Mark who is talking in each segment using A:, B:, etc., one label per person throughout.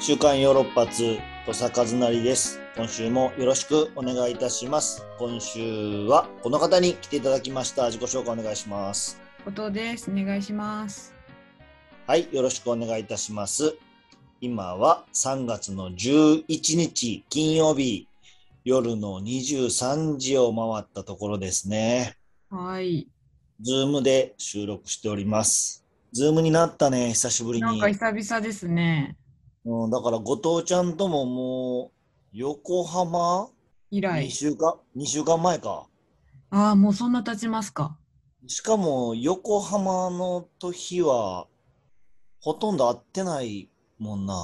A: 週刊ヨーロッパ通土佐和成です。今週もよろしくお願いいたします。今週はこの方に来ていただきました。自己紹介お願いします。
B: ことです。お願いします。
A: はい、よろしくお願いいたします。今は3月の11日金曜日夜の23時を回ったところですね。
B: はい。
A: ズームで収録しております。ズームになったね、久しぶり
B: なん
A: に
B: か。久々ですね。
A: うん、だから後藤ちゃんとももう横浜
B: 以
A: 2
B: 来。
A: 週間、2週間前か。
B: ああ、もうそんな経ちますか。
A: しかも横浜の時はほとんど会ってないもんな。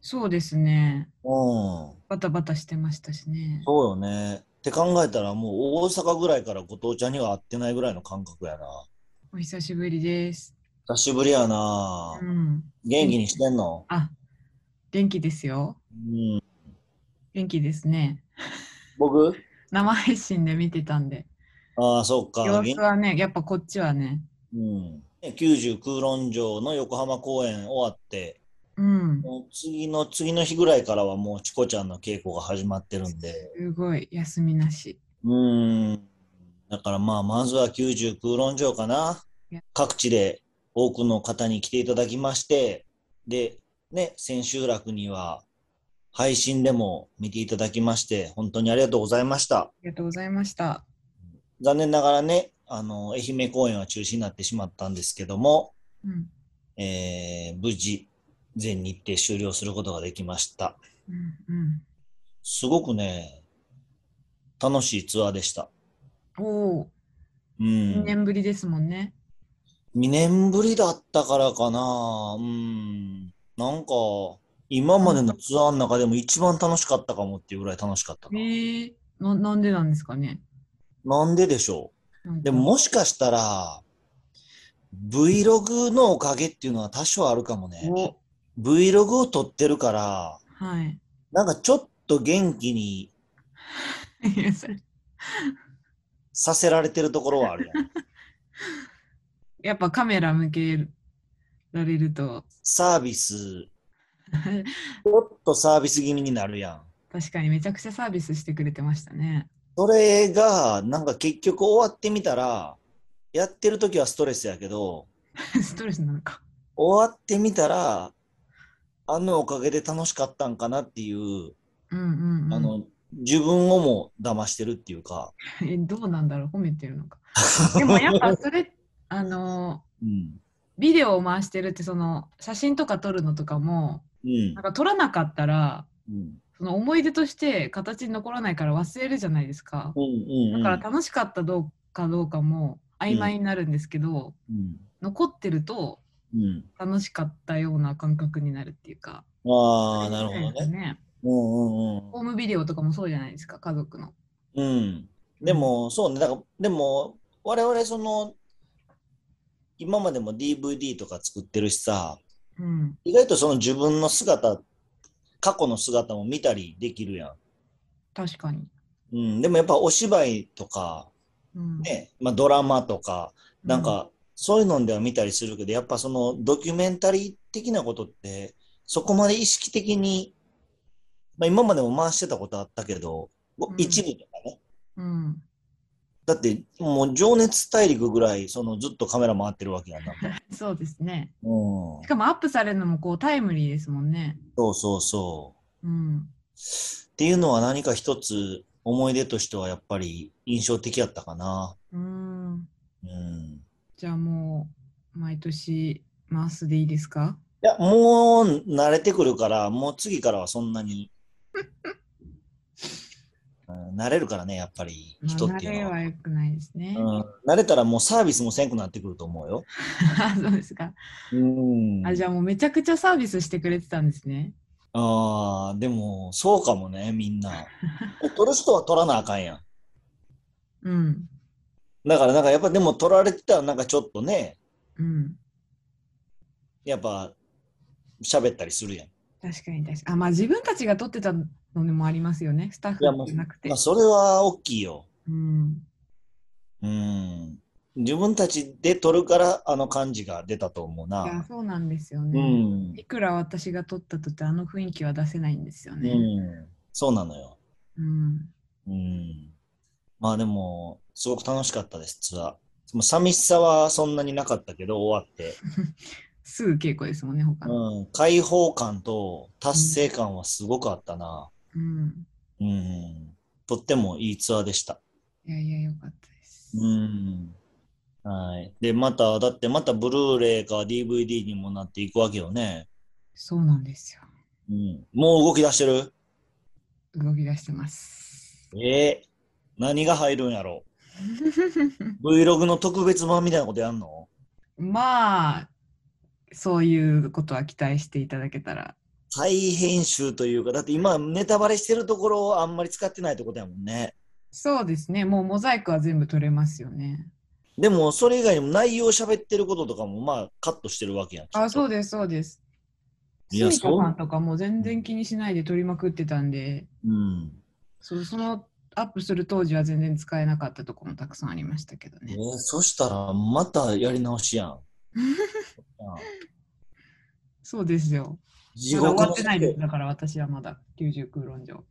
B: そうですね。
A: うん。
B: バタバタしてましたしね。
A: そうよね。って考えたらもう大阪ぐらいから後藤ちゃんには会ってないぐらいの感覚やな。
B: お久しぶりです。
A: 久しぶりやな
B: う。ん。
A: 元気にしてんの
B: あ、元気ですよ。
A: うん。
B: 元気ですね。
A: 僕
B: 生配信で見てたんで。
A: ああ、そうか。
B: 様
A: 元
B: 子はね、やっぱこっちはね。
A: うん。90空論城の横浜公演終わって、
B: うん。
A: もう次の次の日ぐらいからはもうチコちゃんの稽古が始まってるんで。
B: すごい、休みなし。
A: うーん。だからまあ、まずは90空論城かな
B: や。
A: 各地で多くの方に来ていただきまして、で、ね、千秋楽には配信でも見ていただきまして、本当にありがとうございました。
B: ありがとうございました。
A: 残念ながらね、あの、愛媛公演は中止になってしまったんですけども、
B: うん。
A: えー無事、全日程終了することができました。
B: うん。うん。
A: すごくね、楽しいツアーでした。
B: おお、
A: うん。
B: 2年ぶりですもんね。
A: 2年ぶりだったからかな。うん。なんか、今までのツアーの中でも一番楽しかったかもっていうぐらい楽しかった
B: え
A: な。
B: ー、ななんでなんですかね。
A: なんででしょ
B: なん
A: う。
B: か
A: でももしかしたら、Vlog のおかげっていうのは多少あるかもね。
B: お
A: Vlog を撮ってるから、
B: はい。
A: なんかちょっと元気に
B: いやそれ
A: させられてるところはあるやん。
B: やっぱカメラ向けられると
A: サービス、ちょっとサービス気味になるやん。
B: 確かにめちゃくちゃサービスしてくれてましたね。
A: それが、なんか結局終わってみたら、やってる時はストレスやけど、
B: ストレスなのか。
A: 終わってみたら、あのおかげで楽しかったんかなっていう、
B: うんうん、うん、
A: あの、自分をも騙してるっていうか、
B: えどうなんだろう褒めてる のか。でもやっぱそれあの
A: うん。
B: ビデオを回してるってその写真とか撮るのとかも
A: うん
B: なん。か撮らなかったら
A: うん。
B: その思い出として形に残らないから忘れるじゃないですか。
A: うん。うん。
B: だから楽しかったどうかどうかも曖昧になるんですけど、
A: うん。
B: 残ってると
A: うん。
B: 楽しかったような感覚になるっていうか。
A: ああ、なるほどね。
B: ね。
A: うんうん
B: ホームビデオとかもそうじゃないですか、家族の。
A: うん。うん。でも、そうね。だから、でも、我々、その、今までも DVD とか作ってるしさ、
B: うん、
A: 意外とその自分の姿、過去の姿も見たりできるや
B: 確かに。
A: ん。うん、でもやっぱお芝居とか、
B: うん、
A: ね、まあ、ドラマとか、なんかそういうのでは見たりするけど、やっぱそのドキュメンタリー的なことって、そこまで意識的に、まあ、今までも回してたことあったけど、
B: ん
A: 一部とかね。
B: うん、うん。
A: だってもう情熱大陸ぐらい、そのずっとカメラ回ってるわけやん。なんか
B: そうですね。
A: うん
B: し。かもアップされるのもこうタイムリーですもんね。
A: そうそうそう。
B: うん。
A: っていうのは何か一つ思い出としてはやっぱり印象的やったかな。
B: うーん。
A: うん。い
B: じゃあもう、毎年回すでいいですか
A: や、もう慣れてくるから、もう次からはそんな に。うん慣れるからね、やっぱり
B: まあ
A: 人って
B: 慣
A: いう
B: れ
A: のは。
B: は良くないですね。
A: うん、慣れたらもうサービスもせんくなってくると思うよ。
B: そうですか。
A: うん。
B: あ、じゃあもうめちゃくちゃサービスしてくれてたんですね。
A: あーでもそうかもね、みんな。 取る人は取らなあかんやん。
B: うん。
A: だからなんかやっぱでも取られてたらなんかちょっとね、
B: うん。
A: やっぱ喋ったりするやん。
B: 確かに確かに。あ、まあ自分たちが撮ってたのもありますよね。スタッフ
A: いやもう
B: じゃなくて
A: まあ、。それは大きいよ。
B: うん。
A: うん。自分たちで取るからあの感じが出たと思う
B: いや
A: な。
B: そうなんですよ
A: う
B: ね、
A: ん。
B: いくら私が撮ったとてあの雰囲気は出せないんですよ
A: う
B: ね。
A: ん。そうなのよ。
B: うん。
A: うん。まあでも、すごく楽しかったです、ツアー。その寂しさはそんなになかったけど、終わって。
B: すぐ稽古ですもんね、他の。
A: うん。解放感と達成感はすごくあったな。
B: うん。
A: うん。とってもいいツアーでした。
B: いやいや、よかったです。
A: うん。はい。で、また、だってまたブルーレイか DVD にもなっていくわけよね。
B: そうなんですよ。
A: うん。もう動き出してる
B: 動き出してます。
A: ええ何が入るんや ろ ?Vlog の特別版みたいなことやんの
B: まあ、そういうことは期待していただけたら。
A: 再編集というか、だって今ネタバレしてるところをあんまり使ってないってことやもんね。
B: そうですね、もうモザイクは全部取れますよね。
A: でも、それ以外にも内容喋ってることとかも、まあ、カットしてるわけやん。
B: あ、そう
A: う
B: です、そうです。
A: い
B: ス
A: や
B: ミカ
A: そう
B: さんとかも全然気にしないで取りまくってたんで、
A: うん。
B: そうそのアップする当時は全然使えなかったとこもたくさんありましたけど
A: え
B: ね。
A: ーそしたら、またやり直し やん。うん
B: そうですよ。
A: 地
B: まだ
A: 獄
B: 終わ
A: の
B: ってないです。だから私はまだ九十空論上。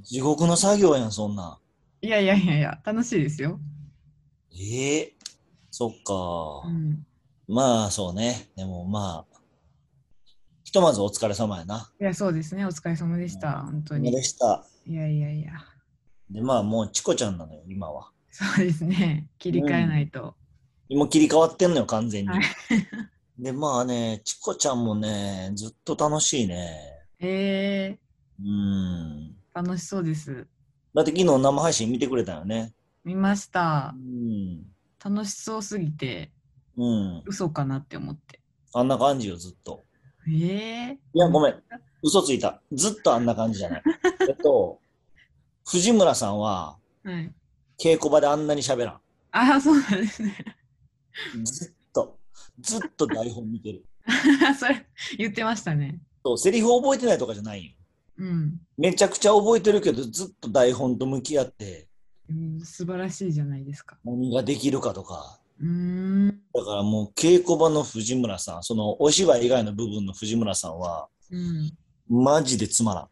A: 地獄の作業やん、そんなん。
B: いやいやいやいや、楽しいですよ。
A: ええそっか
B: う。ん。
A: まあ、そうね。でも、まあ、ひとまずお疲れ様やな。
B: いや、そうですね。お疲れ様でした。本当に。
A: でした。
B: いやいやいや。
A: で、まあ、もうチコちゃんなのよ、今は。
B: そうですね。切り替えないと。
A: 今切り替わってんのよ、完全に
B: はい。
A: で、まあね、チコちゃんもね、ずっと楽しいね。
B: え
A: うん。
B: ー、楽しそうです。
A: だって昨日生配信見てくれたよね。
B: 見まし
A: う
B: た。
A: ん。
B: 楽しそうすぎて、
A: うん。
B: 嘘かなって思って。
A: あんな感じよ、ずっと。
B: えー、
A: いや、ごめん。嘘ついた。ずっとあんな感じじゃない。えっと、藤村さんは
B: はい。
A: 稽古場であんなに喋らん。
B: ああ、そうなんですね。
A: ずっと、ずっと台本見てる。
B: それ、言ってましたね。
A: そう、セリフ覚えてないとかじゃないよ。
B: うん。
A: めちゃくちゃ覚えてるけど、ずっと台本と向き合って、
B: うん素晴らしいじゃないですか。
A: 何ができるかとか。
B: うーん。
A: だからもう稽古場の藤村さん、そのお芝居以外の部分の藤村さんは、
B: うん。
A: マジでつまらん。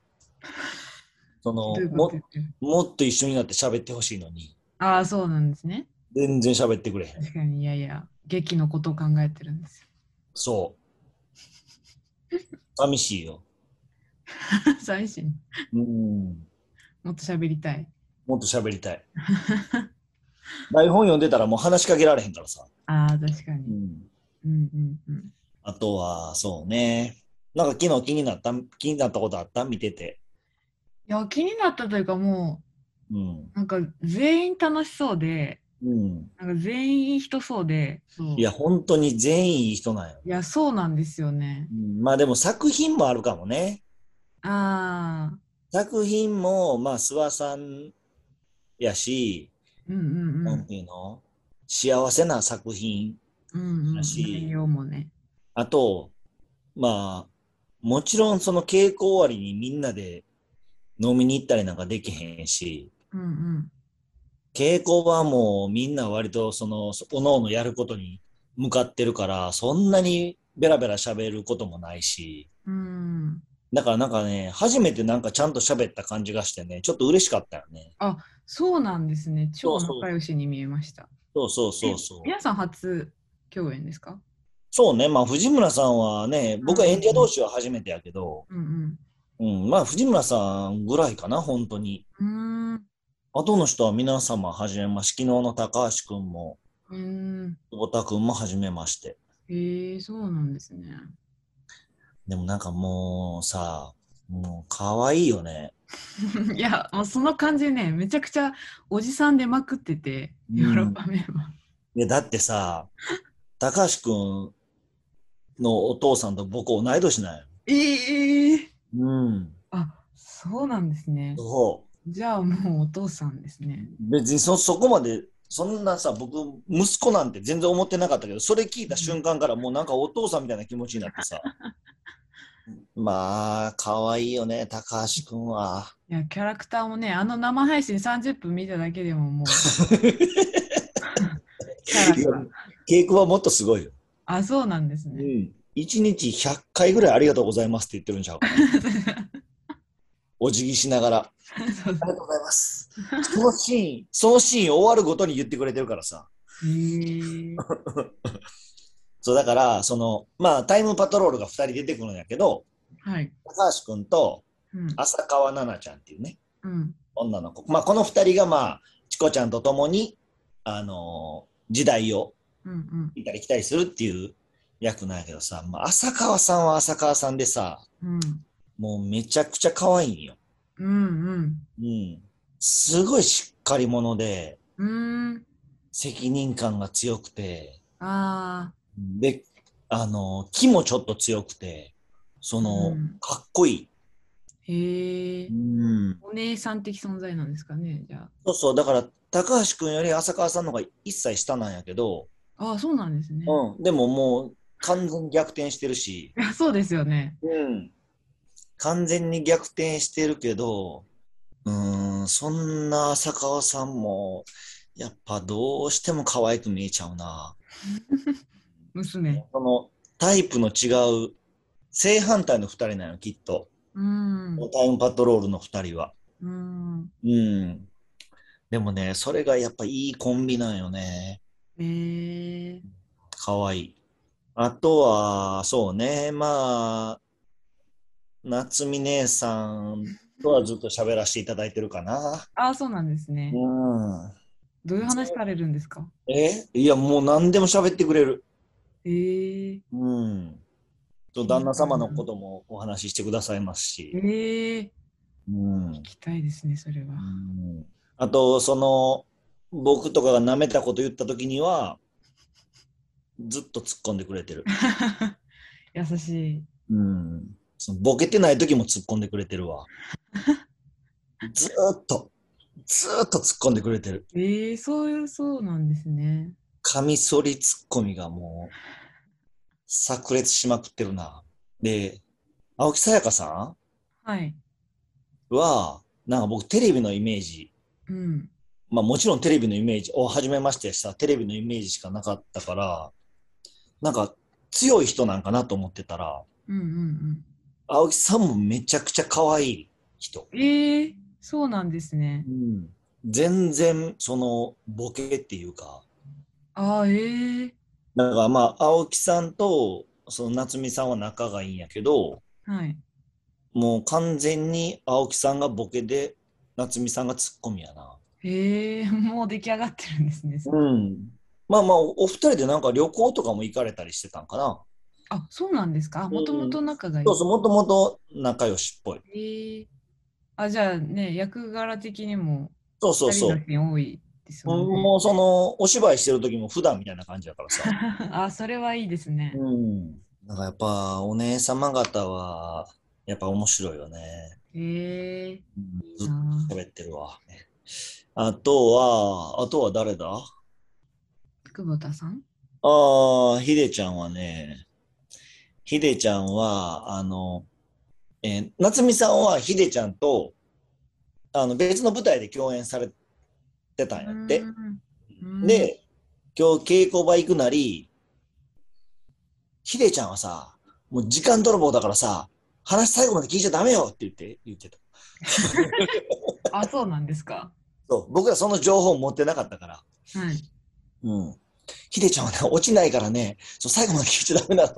A: その
B: どういうこ
A: も
B: と言ってる
A: もっと一緒になって喋ってほしいのに、
B: ああ、そうなんですね。
A: 全然喋ってくれへん。
B: 確かに、いやいや、劇のことを考えてるんですよ。
A: そう。寂しいよ。
B: 最新。
A: うん。
B: もっと喋りたい。
A: もっと喋りたい。台本読んでたらもう話しかけられへんからさ。
B: ああ、確か
A: う
B: に。
A: ん。
B: うんうんうん。
A: あとは、そうね。なんか昨日気になった、気になったことあった見てて。
B: いや、気になったというか、も
A: うん。
B: う、なんか全員楽しそうで、
A: うん。
B: なんか全員いい人そうで、そう
A: いや、本当に全員いい人なんよ。
B: いや、そうなんですよね
A: う。ん、まあでも作品もあるかもね。
B: ああ、
A: 作品も、まあ、諏訪さんやし、
B: うんうんう
A: なん
B: ん。
A: ていうの幸せな作品。
B: うんうん、
A: だし
B: 内容もね。
A: あと、まあ、もちろんその稽古終わりにみんなで飲みに行ったりなんかできへんし、
B: うんうん。
A: 稽古はもうみんな割とその、おのおのやることに向かってるから、そんなにベラベラ喋ることもないし、
B: うん、
A: だからなんかね、初めてなんかちゃんと喋った感じがしてね、ちょっと嬉しかったよね。
B: そうなんですね。
A: そ
B: 超
A: うそう
B: 仲良しに見えました。
A: そうそうそうそう。
B: 皆さん初共演ですか
A: そうね、まあ藤村さんはね、僕は演者同士は初めてやけど、
B: うん
A: うん、まあ藤村さんぐらいかな、本当に。
B: うん。う
A: あとの人は皆様はじめまして、昨日の高橋くんも、
B: ーん。う
A: 久保田くんもはじめまして。
B: ーん。へえそうなんですね。
A: でもなんかもうさ、もう可愛いよね。
B: いや、もうその感じね、めちゃくちゃおじさんでまくってて、
A: うん
B: ヨーロッパメンバ
A: いや、だってさ、高橋くんのお父さんと僕同い年なんよ。
B: ー。ええ
A: うん。
B: あそうなんですね。
A: そう。
B: じゃあもうお父さんですね。
A: 別にそそこまでそんなさ僕息子なんて全然思ってなかったけどそれ聞いた瞬間からもうなんかお父さんみたいな気持ちになってさまあ可愛いよね高橋君はい
B: や、キャラクターもね、あの生配信30分見ただけでももう、キャラが。
A: 稽古はもっとすごいよ。
B: あ、そうなんです
A: う
B: ね。
A: ん。1日100回ぐらいありがとうございますって言ってるんちゃうお辞儀しながら。あ
B: そう
A: りがとうございます。そのシーン、そのシーン終わるごとに言ってくれてるからさ。
B: へー
A: そう、だから、その、まあ、タイムパトロールが2人出てくるんやけど、
B: はい。
A: 高橋君と
B: うん。
A: 浅川奈々ちゃんっていうね、
B: うん。
A: 女の子。まあ、この2人が、まあ、チコちゃんと共に、あのー時代を
B: うん。うん
A: 行ったり来たりするっていう役なんやけどさ、まあ、浅川さんは浅川さんでさ、
B: うん。
A: もうめちゃくちゃ可愛いんよ。
B: うん。
A: うん。すごいしっかり者で、
B: うん。うーん。
A: 責任感が強くて、
B: あ
A: で、あの、気もちょっと強くて、その、
B: うん
A: かっこい
B: ー。へえ
A: い。う。ん。
B: お姉さん的存在なんですかね、じゃ
A: そうそう、だから、高橋くんより浅川さんの方が一切下なんやけど、
B: あ。ああ、そうなんですね。
A: うん。でももう、完全に逆転してるし、
B: いや、 そうですよね。
A: うん。完全に逆転してるけど、うーん、そんな浅川さんも、やっぱどうしても可愛く見えちゃうな。
B: 娘。
A: そのタイプの違う正反対の2人なのきっと、
B: うん。
A: タイムパトロールの2人は
B: うん。
A: うんでもねそれがやっぱいいコンビなんよね
B: へえ。
A: かわいいあとはそうねまあ夏美姉さんとはずっと喋らせていただいてるかな
B: ああ、そうなんですね。
A: うん
B: どういう話されるんですか
A: えいやもう何でも喋ってくれる
B: へえ。
A: うんと旦那様のこともお話ししてくださいますし、
B: へえ。
A: うん
B: 聞、きたいですね、それは。
A: うんあとその僕とかが舐めたこと言った時にはずっと突っ込んでくれてる、
B: 優しい。
A: うん、そのボケてない時も突っ込んでくれてるわ ずーっとずーっと突っ込んでくれてる
B: ええそういう、そうなんですね。
A: カミソリ突っ込みがもう炸裂しまくってるなで青木さやかさ
B: はい。
A: んはなんか僕テレビのイメージ
B: うん。
A: まあもちろんテレビのイメージ、を初めましてしたテレビのイメージしかなかったから、なんか強い人なんかなと思ってたら、
B: うんうんうん。
A: 青木さんもめちゃくちゃ可愛い人。
B: ええそうなんですね。
A: 全然そのボケっていうか、
B: ああ、ええ
A: だからまあ青木さんとその夏美さんは仲がいいんやけど、
B: はい。
A: もう完全に青木さんがボケで、夏美さんがツッコミやな。
B: ええもう出来上がってるんですね。
A: ん。まあまあ、おお二人でなんか旅行とかも行かれたりしてたんかな。
B: あ、そうなんですか。もともと仲がいい。
A: そうそう、もともと仲良しっぽい。
B: ええあ、じゃあね、役柄的にも、
A: そうそうそう。
B: 二人のシーン多いですよね。
A: もうその、お芝居してる時も普段みたいな感じだからさ。
B: あ、それはいいですね。
A: うん。なんかやっぱ、お姉様方は、やっぱ面白いよね。
B: ええ
A: ずっと喋ってるわ。あとは、あとは誰だ
B: 久保田さん
A: ああ、ひでちゃんはね、ひでちゃんは、あの、えー夏美さんはひでちゃんと、あの、別の舞台で共演されてたんやって。
B: うん、
A: で、今日稽古場行くなり、ひでちゃんはさ、もう時間泥棒だからさ、話最後まで聞いちゃダメよって言って、言ってた。
B: あ、そうなんですか。
A: そう、僕らその情報持ってなかったから。
B: はい。
A: うん。ひでちゃんはね、 落ちないからね、そう最後まで聞いちゃダ メなの。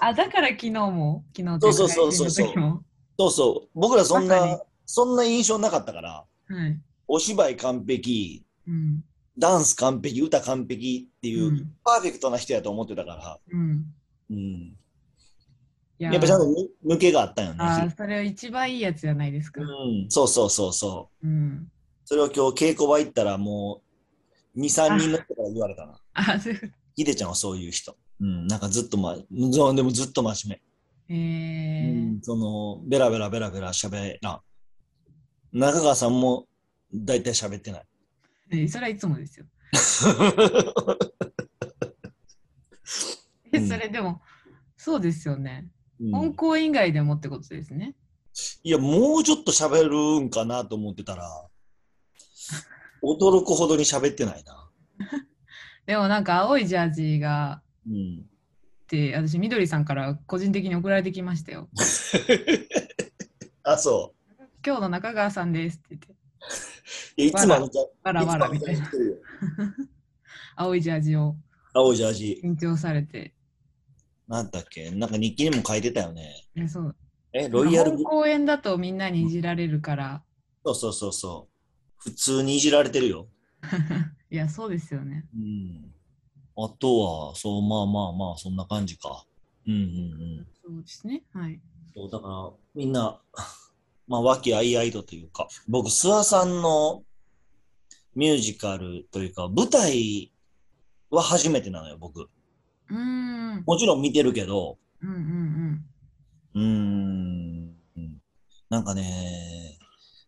B: あ、だから昨日も、昨日
A: そうそうそうそう
B: といか配信の
A: そうそう、僕らそん
B: まさ
A: な
B: に、
A: そんな印象なかったから、
B: 時もはい。
A: お芝居完璧、
B: うん。
A: ダンス完璧、歌完璧っていう、
B: うん
A: パーフェクトな人やと思ってたから、
B: うん。
A: うん。
B: いや
A: やっぱちゃんと抜けがあったよね。
B: あーそれは一番いいやつじゃないですか。
A: うん、そうそうそうそう。
B: うん。
A: それを今日稽古場行ったらもう2、3人の人から言われたな。
B: あ、そういう。
A: ひでちゃんはそういう人。うん、なんかずっとま、そうでもずっと真面
B: え
A: 目。
B: ー
A: うん、その、ベラベラベラベラ喋らん。中川さんも大体喋ってない。
B: えそれはいつもですよ。
A: う
B: え、
A: ん
B: それでも、そうですよね。
A: う
B: 本
A: ん、
B: 校以外でもってことですね。
A: いや、もうちょっと喋る んかなと思ってたら、驚くほどに喋ってないな。
B: でもなんか青いジャージが
A: うん。
B: って私みどりさんから個人的に送られてきましたよ。
A: あ、そ
B: 今日の中川さんですって言って
A: う。いやいつもあの、いつも
B: わらわら
A: あの
B: みたいな
A: 着てるよ
B: 青いジャージを
A: 青いジャージ。
B: 緊張されて。
A: なんだっけなんか日記にも書いてたよね。
B: ねそう
A: え、ロイヤルブ
B: 本公演だとみんなにいじられるから。
A: そうそうそうそう。普通にいじられてるよ。
B: いやそうですよね。
A: うん。あとは、そう、まあまあまあ、そんな感じか。うんうんうん。
B: そうですね。はい。
A: そう、だから、みんな、 まあ、和気あいあいとというか、僕、諏訪さんのミュージカルというか、舞台は初めてなのよ、僕。
B: うーん。
A: もちろん見てるけど、
B: うんうん
A: うーん。なんかね、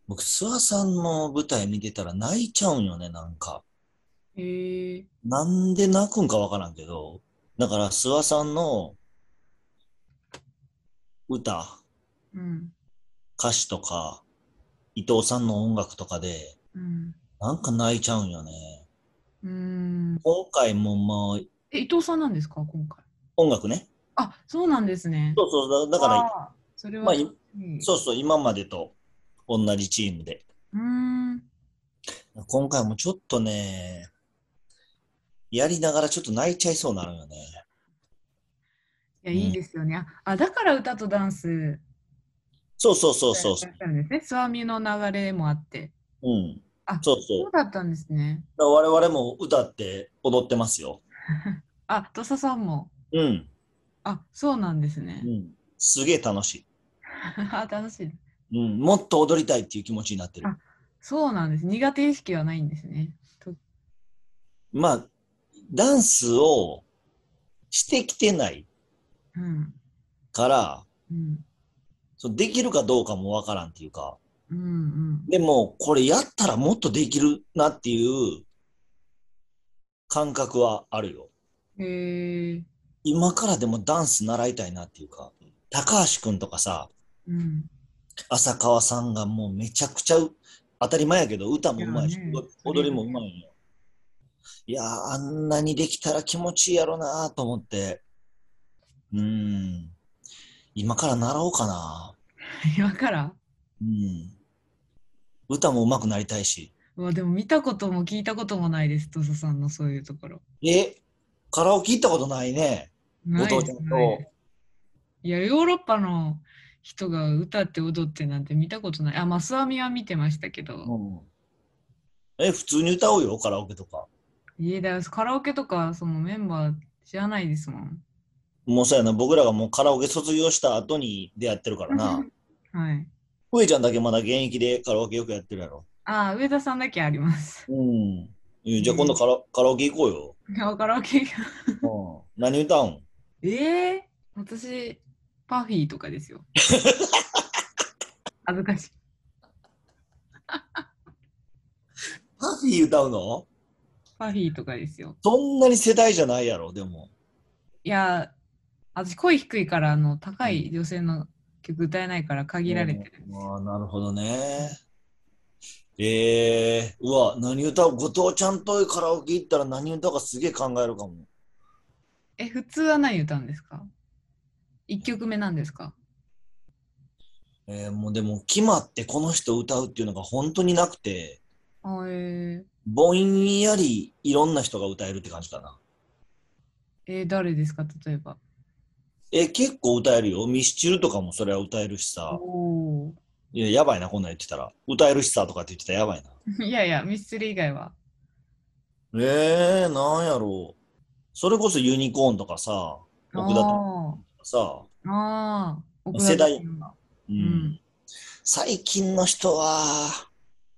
A: 僕、諏訪さんの舞台見てたら泣いちゃうんよね、なんか。
B: うん。へえ
A: なんで泣くんかわからんけど、だから諏訪さんの歌、
B: うん
A: 歌詞とか、伊藤さんの音楽とかで、
B: うん。
A: なんか泣いちゃうんよね。
B: うーん。
A: 今回もまあ、
B: え、伊藤さんなんですか今回。
A: 音楽ね。
B: あ、そうなんですね。
A: そうそう、だだから、
B: ら、それは、
A: まあい
B: うん
A: そうそう、今までと同じチームで。
B: うーん。
A: 今回もちょっとね、やりながらちょっと泣いちゃいそうになるよね。
B: いや、いいですよね。ああ、だから歌とダンス。
A: そうそうそうそう。
B: なんですね。スワミの流れもあって。
A: うん
B: あ。
A: そうそう
B: そう。だったんですね。
A: だから我々も歌って踊ってますよ。
B: あ、土佐さんも。
A: うん。
B: あ、そうなんですね
A: う。ん、すげえ楽し
B: あ、楽しい。
A: い、うん。もっと踊りたいっていう気持ちになってる
B: あ。そうなんです。苦手意識はないんですね。と
A: まあ、ダンスをしてきてない
B: うん。
A: から、
B: うん。
A: そのできるかどうかもわからんっていうか、
B: うんうん。
A: でも、これやったらもっとできるなっていう感覚はあるよ。
B: へえ。
A: 今からでもダンス習いたいなっていうか、高橋くんとかさ、
B: うん。
A: 浅川さんがもうめちゃくちゃう当たり前やけど歌もうまいし、
B: いやね
A: 踊踊りもうまいんよ。いやーあんなにできたら気持ちいいやろなーと思ってうーん今から習おうかな
B: 今から
A: うん歌もうまくなりたいし
B: うわでも見たことも聞いたこともないです、土佐さんのそういうところ。
A: えカラオケ行ったことないね
B: ないです
A: お父ちゃんと
B: ないですいや、ヨーロッパの人が歌って踊ってなんて見たことない。あ、マスアミは見てましたけど。
A: うんえ普通に歌おうよカラオケとか
B: いや、だからカラオケとかそのメンバー知らないですもん。
A: もうそうやな僕らがもうカラオケ卒業した後に出会ってるから な
B: はい。
A: ふえちゃんだけまだ現役でカラオケよくやってるやろ
B: あ、上田さんだけあります。
A: うん。えじゃあ今度カラ,、カラオケ行こうよ。
B: いやカラオケ。
A: うん、何歌うん
B: ええ私、パフィーと かですよ。恥ずかしい。
A: パフィー歌うの
B: パフィーとかですよ。
A: そんなに世代じゃないやろ、でも。
B: いや、私声低いから、あの、高い女性の曲歌えないから限られてるんですよ。
A: ああ、なるほどね。ええうわ、何歌う後藤ちゃんとカラオケ行ったら何歌うかすげえ考えるかも。
B: え、普通は何歌うんですか ?1 曲目なんですか
A: えーもうでも決まってこの人歌うっていうのが本当になくて、
B: あえー
A: ぼんやりいろんな人が歌えるって感じかな。
B: えー誰ですか例えば。
A: えー結構歌えるよ。ミスチルとかもそれは歌えるしさ。
B: お
A: いや、やばいな、こんなん言ってたら。歌えるしさとかって言ってたらやばいな。
B: ー いやいや、ミスチル以外は。
A: えー、なんやろう。それこそユニコーンとかさ、奥田とかさ、
B: あーあー、奥
A: 世代
B: とか
A: うん
B: ん
A: 最近の人は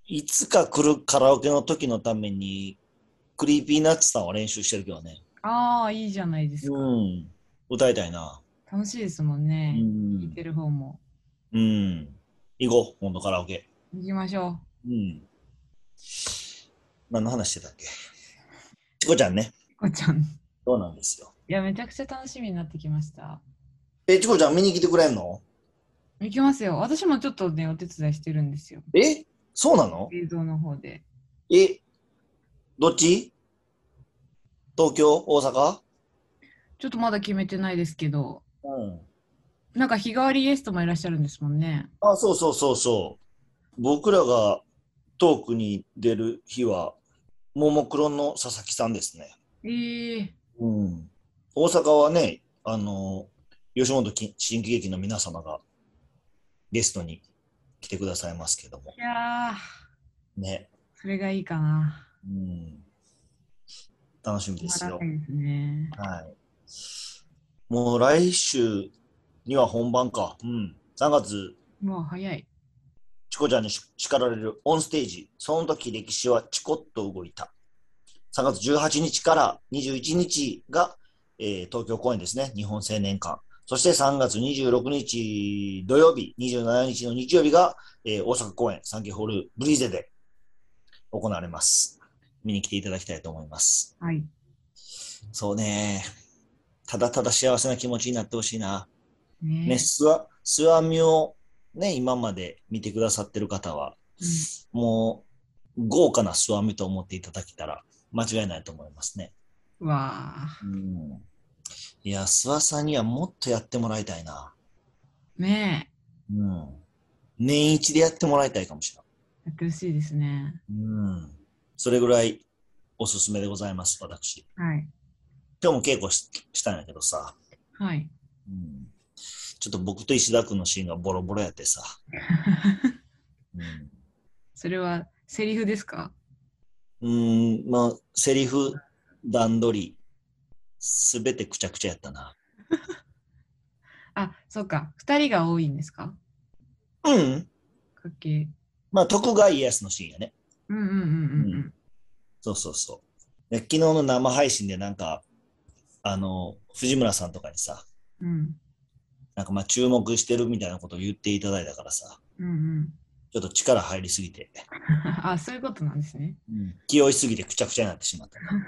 A: いつか来るカラオケの時のために、クリーピーナッツさんは練習してるけどね。
B: ああ、いいじゃないですか。
A: うん。歌いたいな。
B: 楽しいですもん
A: う
B: ね。聴い
A: ん
B: て。る方も。
A: うん。行こう、今度カラオケ。
B: 行きましょ
A: うん。何の話してたっけチコちゃんね。
B: う。チコちゃん。い
A: そうなんですよ。
B: や、めちゃくちゃ楽しみになってきました。
A: え、チコちゃん見に来てくれんの
B: 行きますよ。私もちょっとね、お手伝いしてるんですよ。
A: えそうなの
B: 映像の方で。
A: え、どっち東京大阪
B: ちょっとまだ決めてないですけど、
A: うん。
B: なんか日替わりゲストもいらっしゃるんですもんね。
A: あ、そうそうそうそう。僕らがトークに出る日は、ももクロの佐々木さんですね。
B: ええ
A: うん。大阪はね、あの、吉本き新喜劇の皆様がゲストに来てくださいますけども。
B: いやー、
A: ね。
B: それがいいかな。
A: うん。楽しみですよ
B: たま。らないですね。
A: はい。もう来週には本番か。うん。3月、
B: もう早い。
A: チコちゃんにし叱られるオンステージ。その時歴史はチコっと動いた。3月18日から21日が、えー東京公演ですね。日本青年館。そして3月26日土曜日、27日の日曜日が、えー大阪公演サンキホールブリーゼで行われます。見に来ていただきたいと思います。
B: はい。
A: そうね。ただただ幸せな気持ちになってほしいな。
B: ね
A: ね、スワ、スワミをね、今まで見てくださってる方は、もう豪華なスワミと思っていただけたら間違いないと思いますね。
B: うん、わあ。
A: うん。いや、スワさんにはもっとやってもらいたいな。
B: ね
A: うん。年一でやってもらいたいかもしれ
B: え、やってほしいですね。
A: ない。うん。それぐらいおすすめでございます、私。
B: はい。
A: 今日も稽古ししたんやけどさ、
B: はい。
A: うん、ちょっと僕と石田君のシーンがボロボロやってさ、うん
B: それはセリフですか
A: うーん、まあ、セリフ、段取り、すべてくちゃくちゃやったな。
B: あ、そうか。二人が多いんですか
A: うん。
B: かっけー
A: まあ、徳川家康のシーンやね。
B: うんうんうんうんうん。
A: そうそうそう。で昨日の生配信でなんか、あの、藤村さんとかにさ、
B: うん
A: なんかまあ注目してるみたいなことを言っていただいたからさ、
B: うんうん。
A: ちょっと力入りすぎて、
B: あ、そういうことなんですね。
A: 気負いすぎてくちゃくちゃになってしま ったな。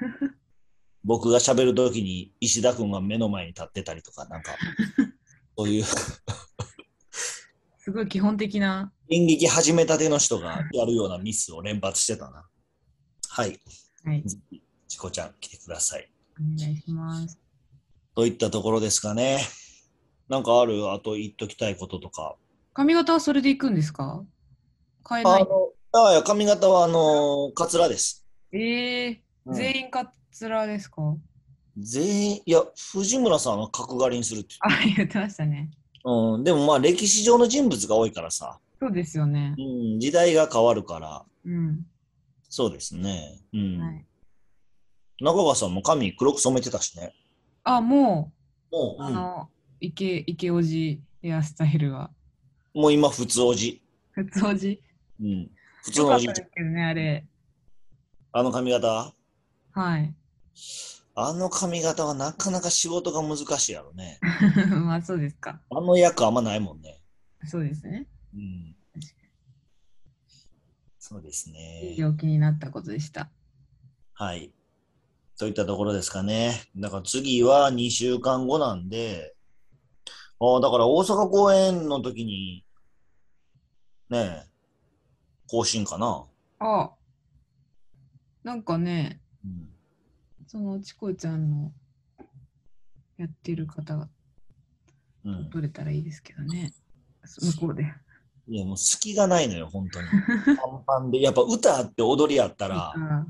A: 僕が喋るときに石田君が目の前に立ってたりとか、なんか、そういう
B: すごい基本的な。
A: 演劇始めたての人がやるようなミスを連発してたな。はい、
B: はい。
A: チコちゃん来てください。
B: お願いします。
A: といったところですかね。なんかあるあと言っときたいこととか。
B: 髪型はそれでいくんですか変え
A: あ
B: ない。
A: の、あいや髪型はあのー、カツラです。
B: ええ
A: うん
B: 全員カツラですか
A: 全員、いや、藤村さんは角刈りにするって。
B: あ、言ってましたね。
A: うん、でもまあ歴史上の人物が多いからさ、
B: そうですよね
A: う。ん、時代が変わるから、
B: うん。
A: そうですね。うん。
B: はい、
A: 中川さんも髪黒く染めてたしね。
B: あ、も
A: も
B: う、
A: う、
B: あの、池、池おじヘアスタイルは。
A: もう今普通おじ。
B: 普通おじ。
A: うん。普通
B: よ
A: の
B: か
A: お
B: っ
A: じ
B: た
A: い
B: で
A: ちゃん
B: すけどね、あれ。
A: あの髪型
B: はい。
A: あの髪型はなかなか仕事が難しいやろね。
B: まあ、そうですか。
A: あの役あんまないもんね。
B: そうですね。
A: うん
B: 確か。
A: そうです
B: いい
A: ね。
B: 病気になったことでした。
A: はい。といったところですかね。だから次は2週間後なんで、ああ、だから大阪公演の時に、ねえ、更新かな。
B: あなんかね、
A: うん
B: そのチコちゃんのやってる方が
A: うん、
B: 取れたらいいですけどね。向こうで。
A: いやもう隙がないのよ、本当 に。パンパンで。やっぱ歌あって踊りあったら、
B: あ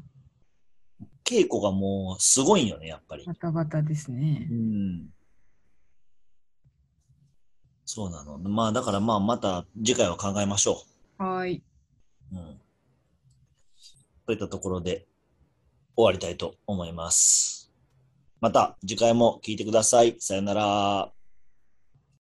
A: 稽古がもうすごいんよね、やっぱり
B: バ。タバタですね
A: う。ん。そうなの。まあだからまあまた次回は考えましょ
B: はーい。
A: う。うん。といったところで終わりたいと思います。また次回も聞いてください。さよなら。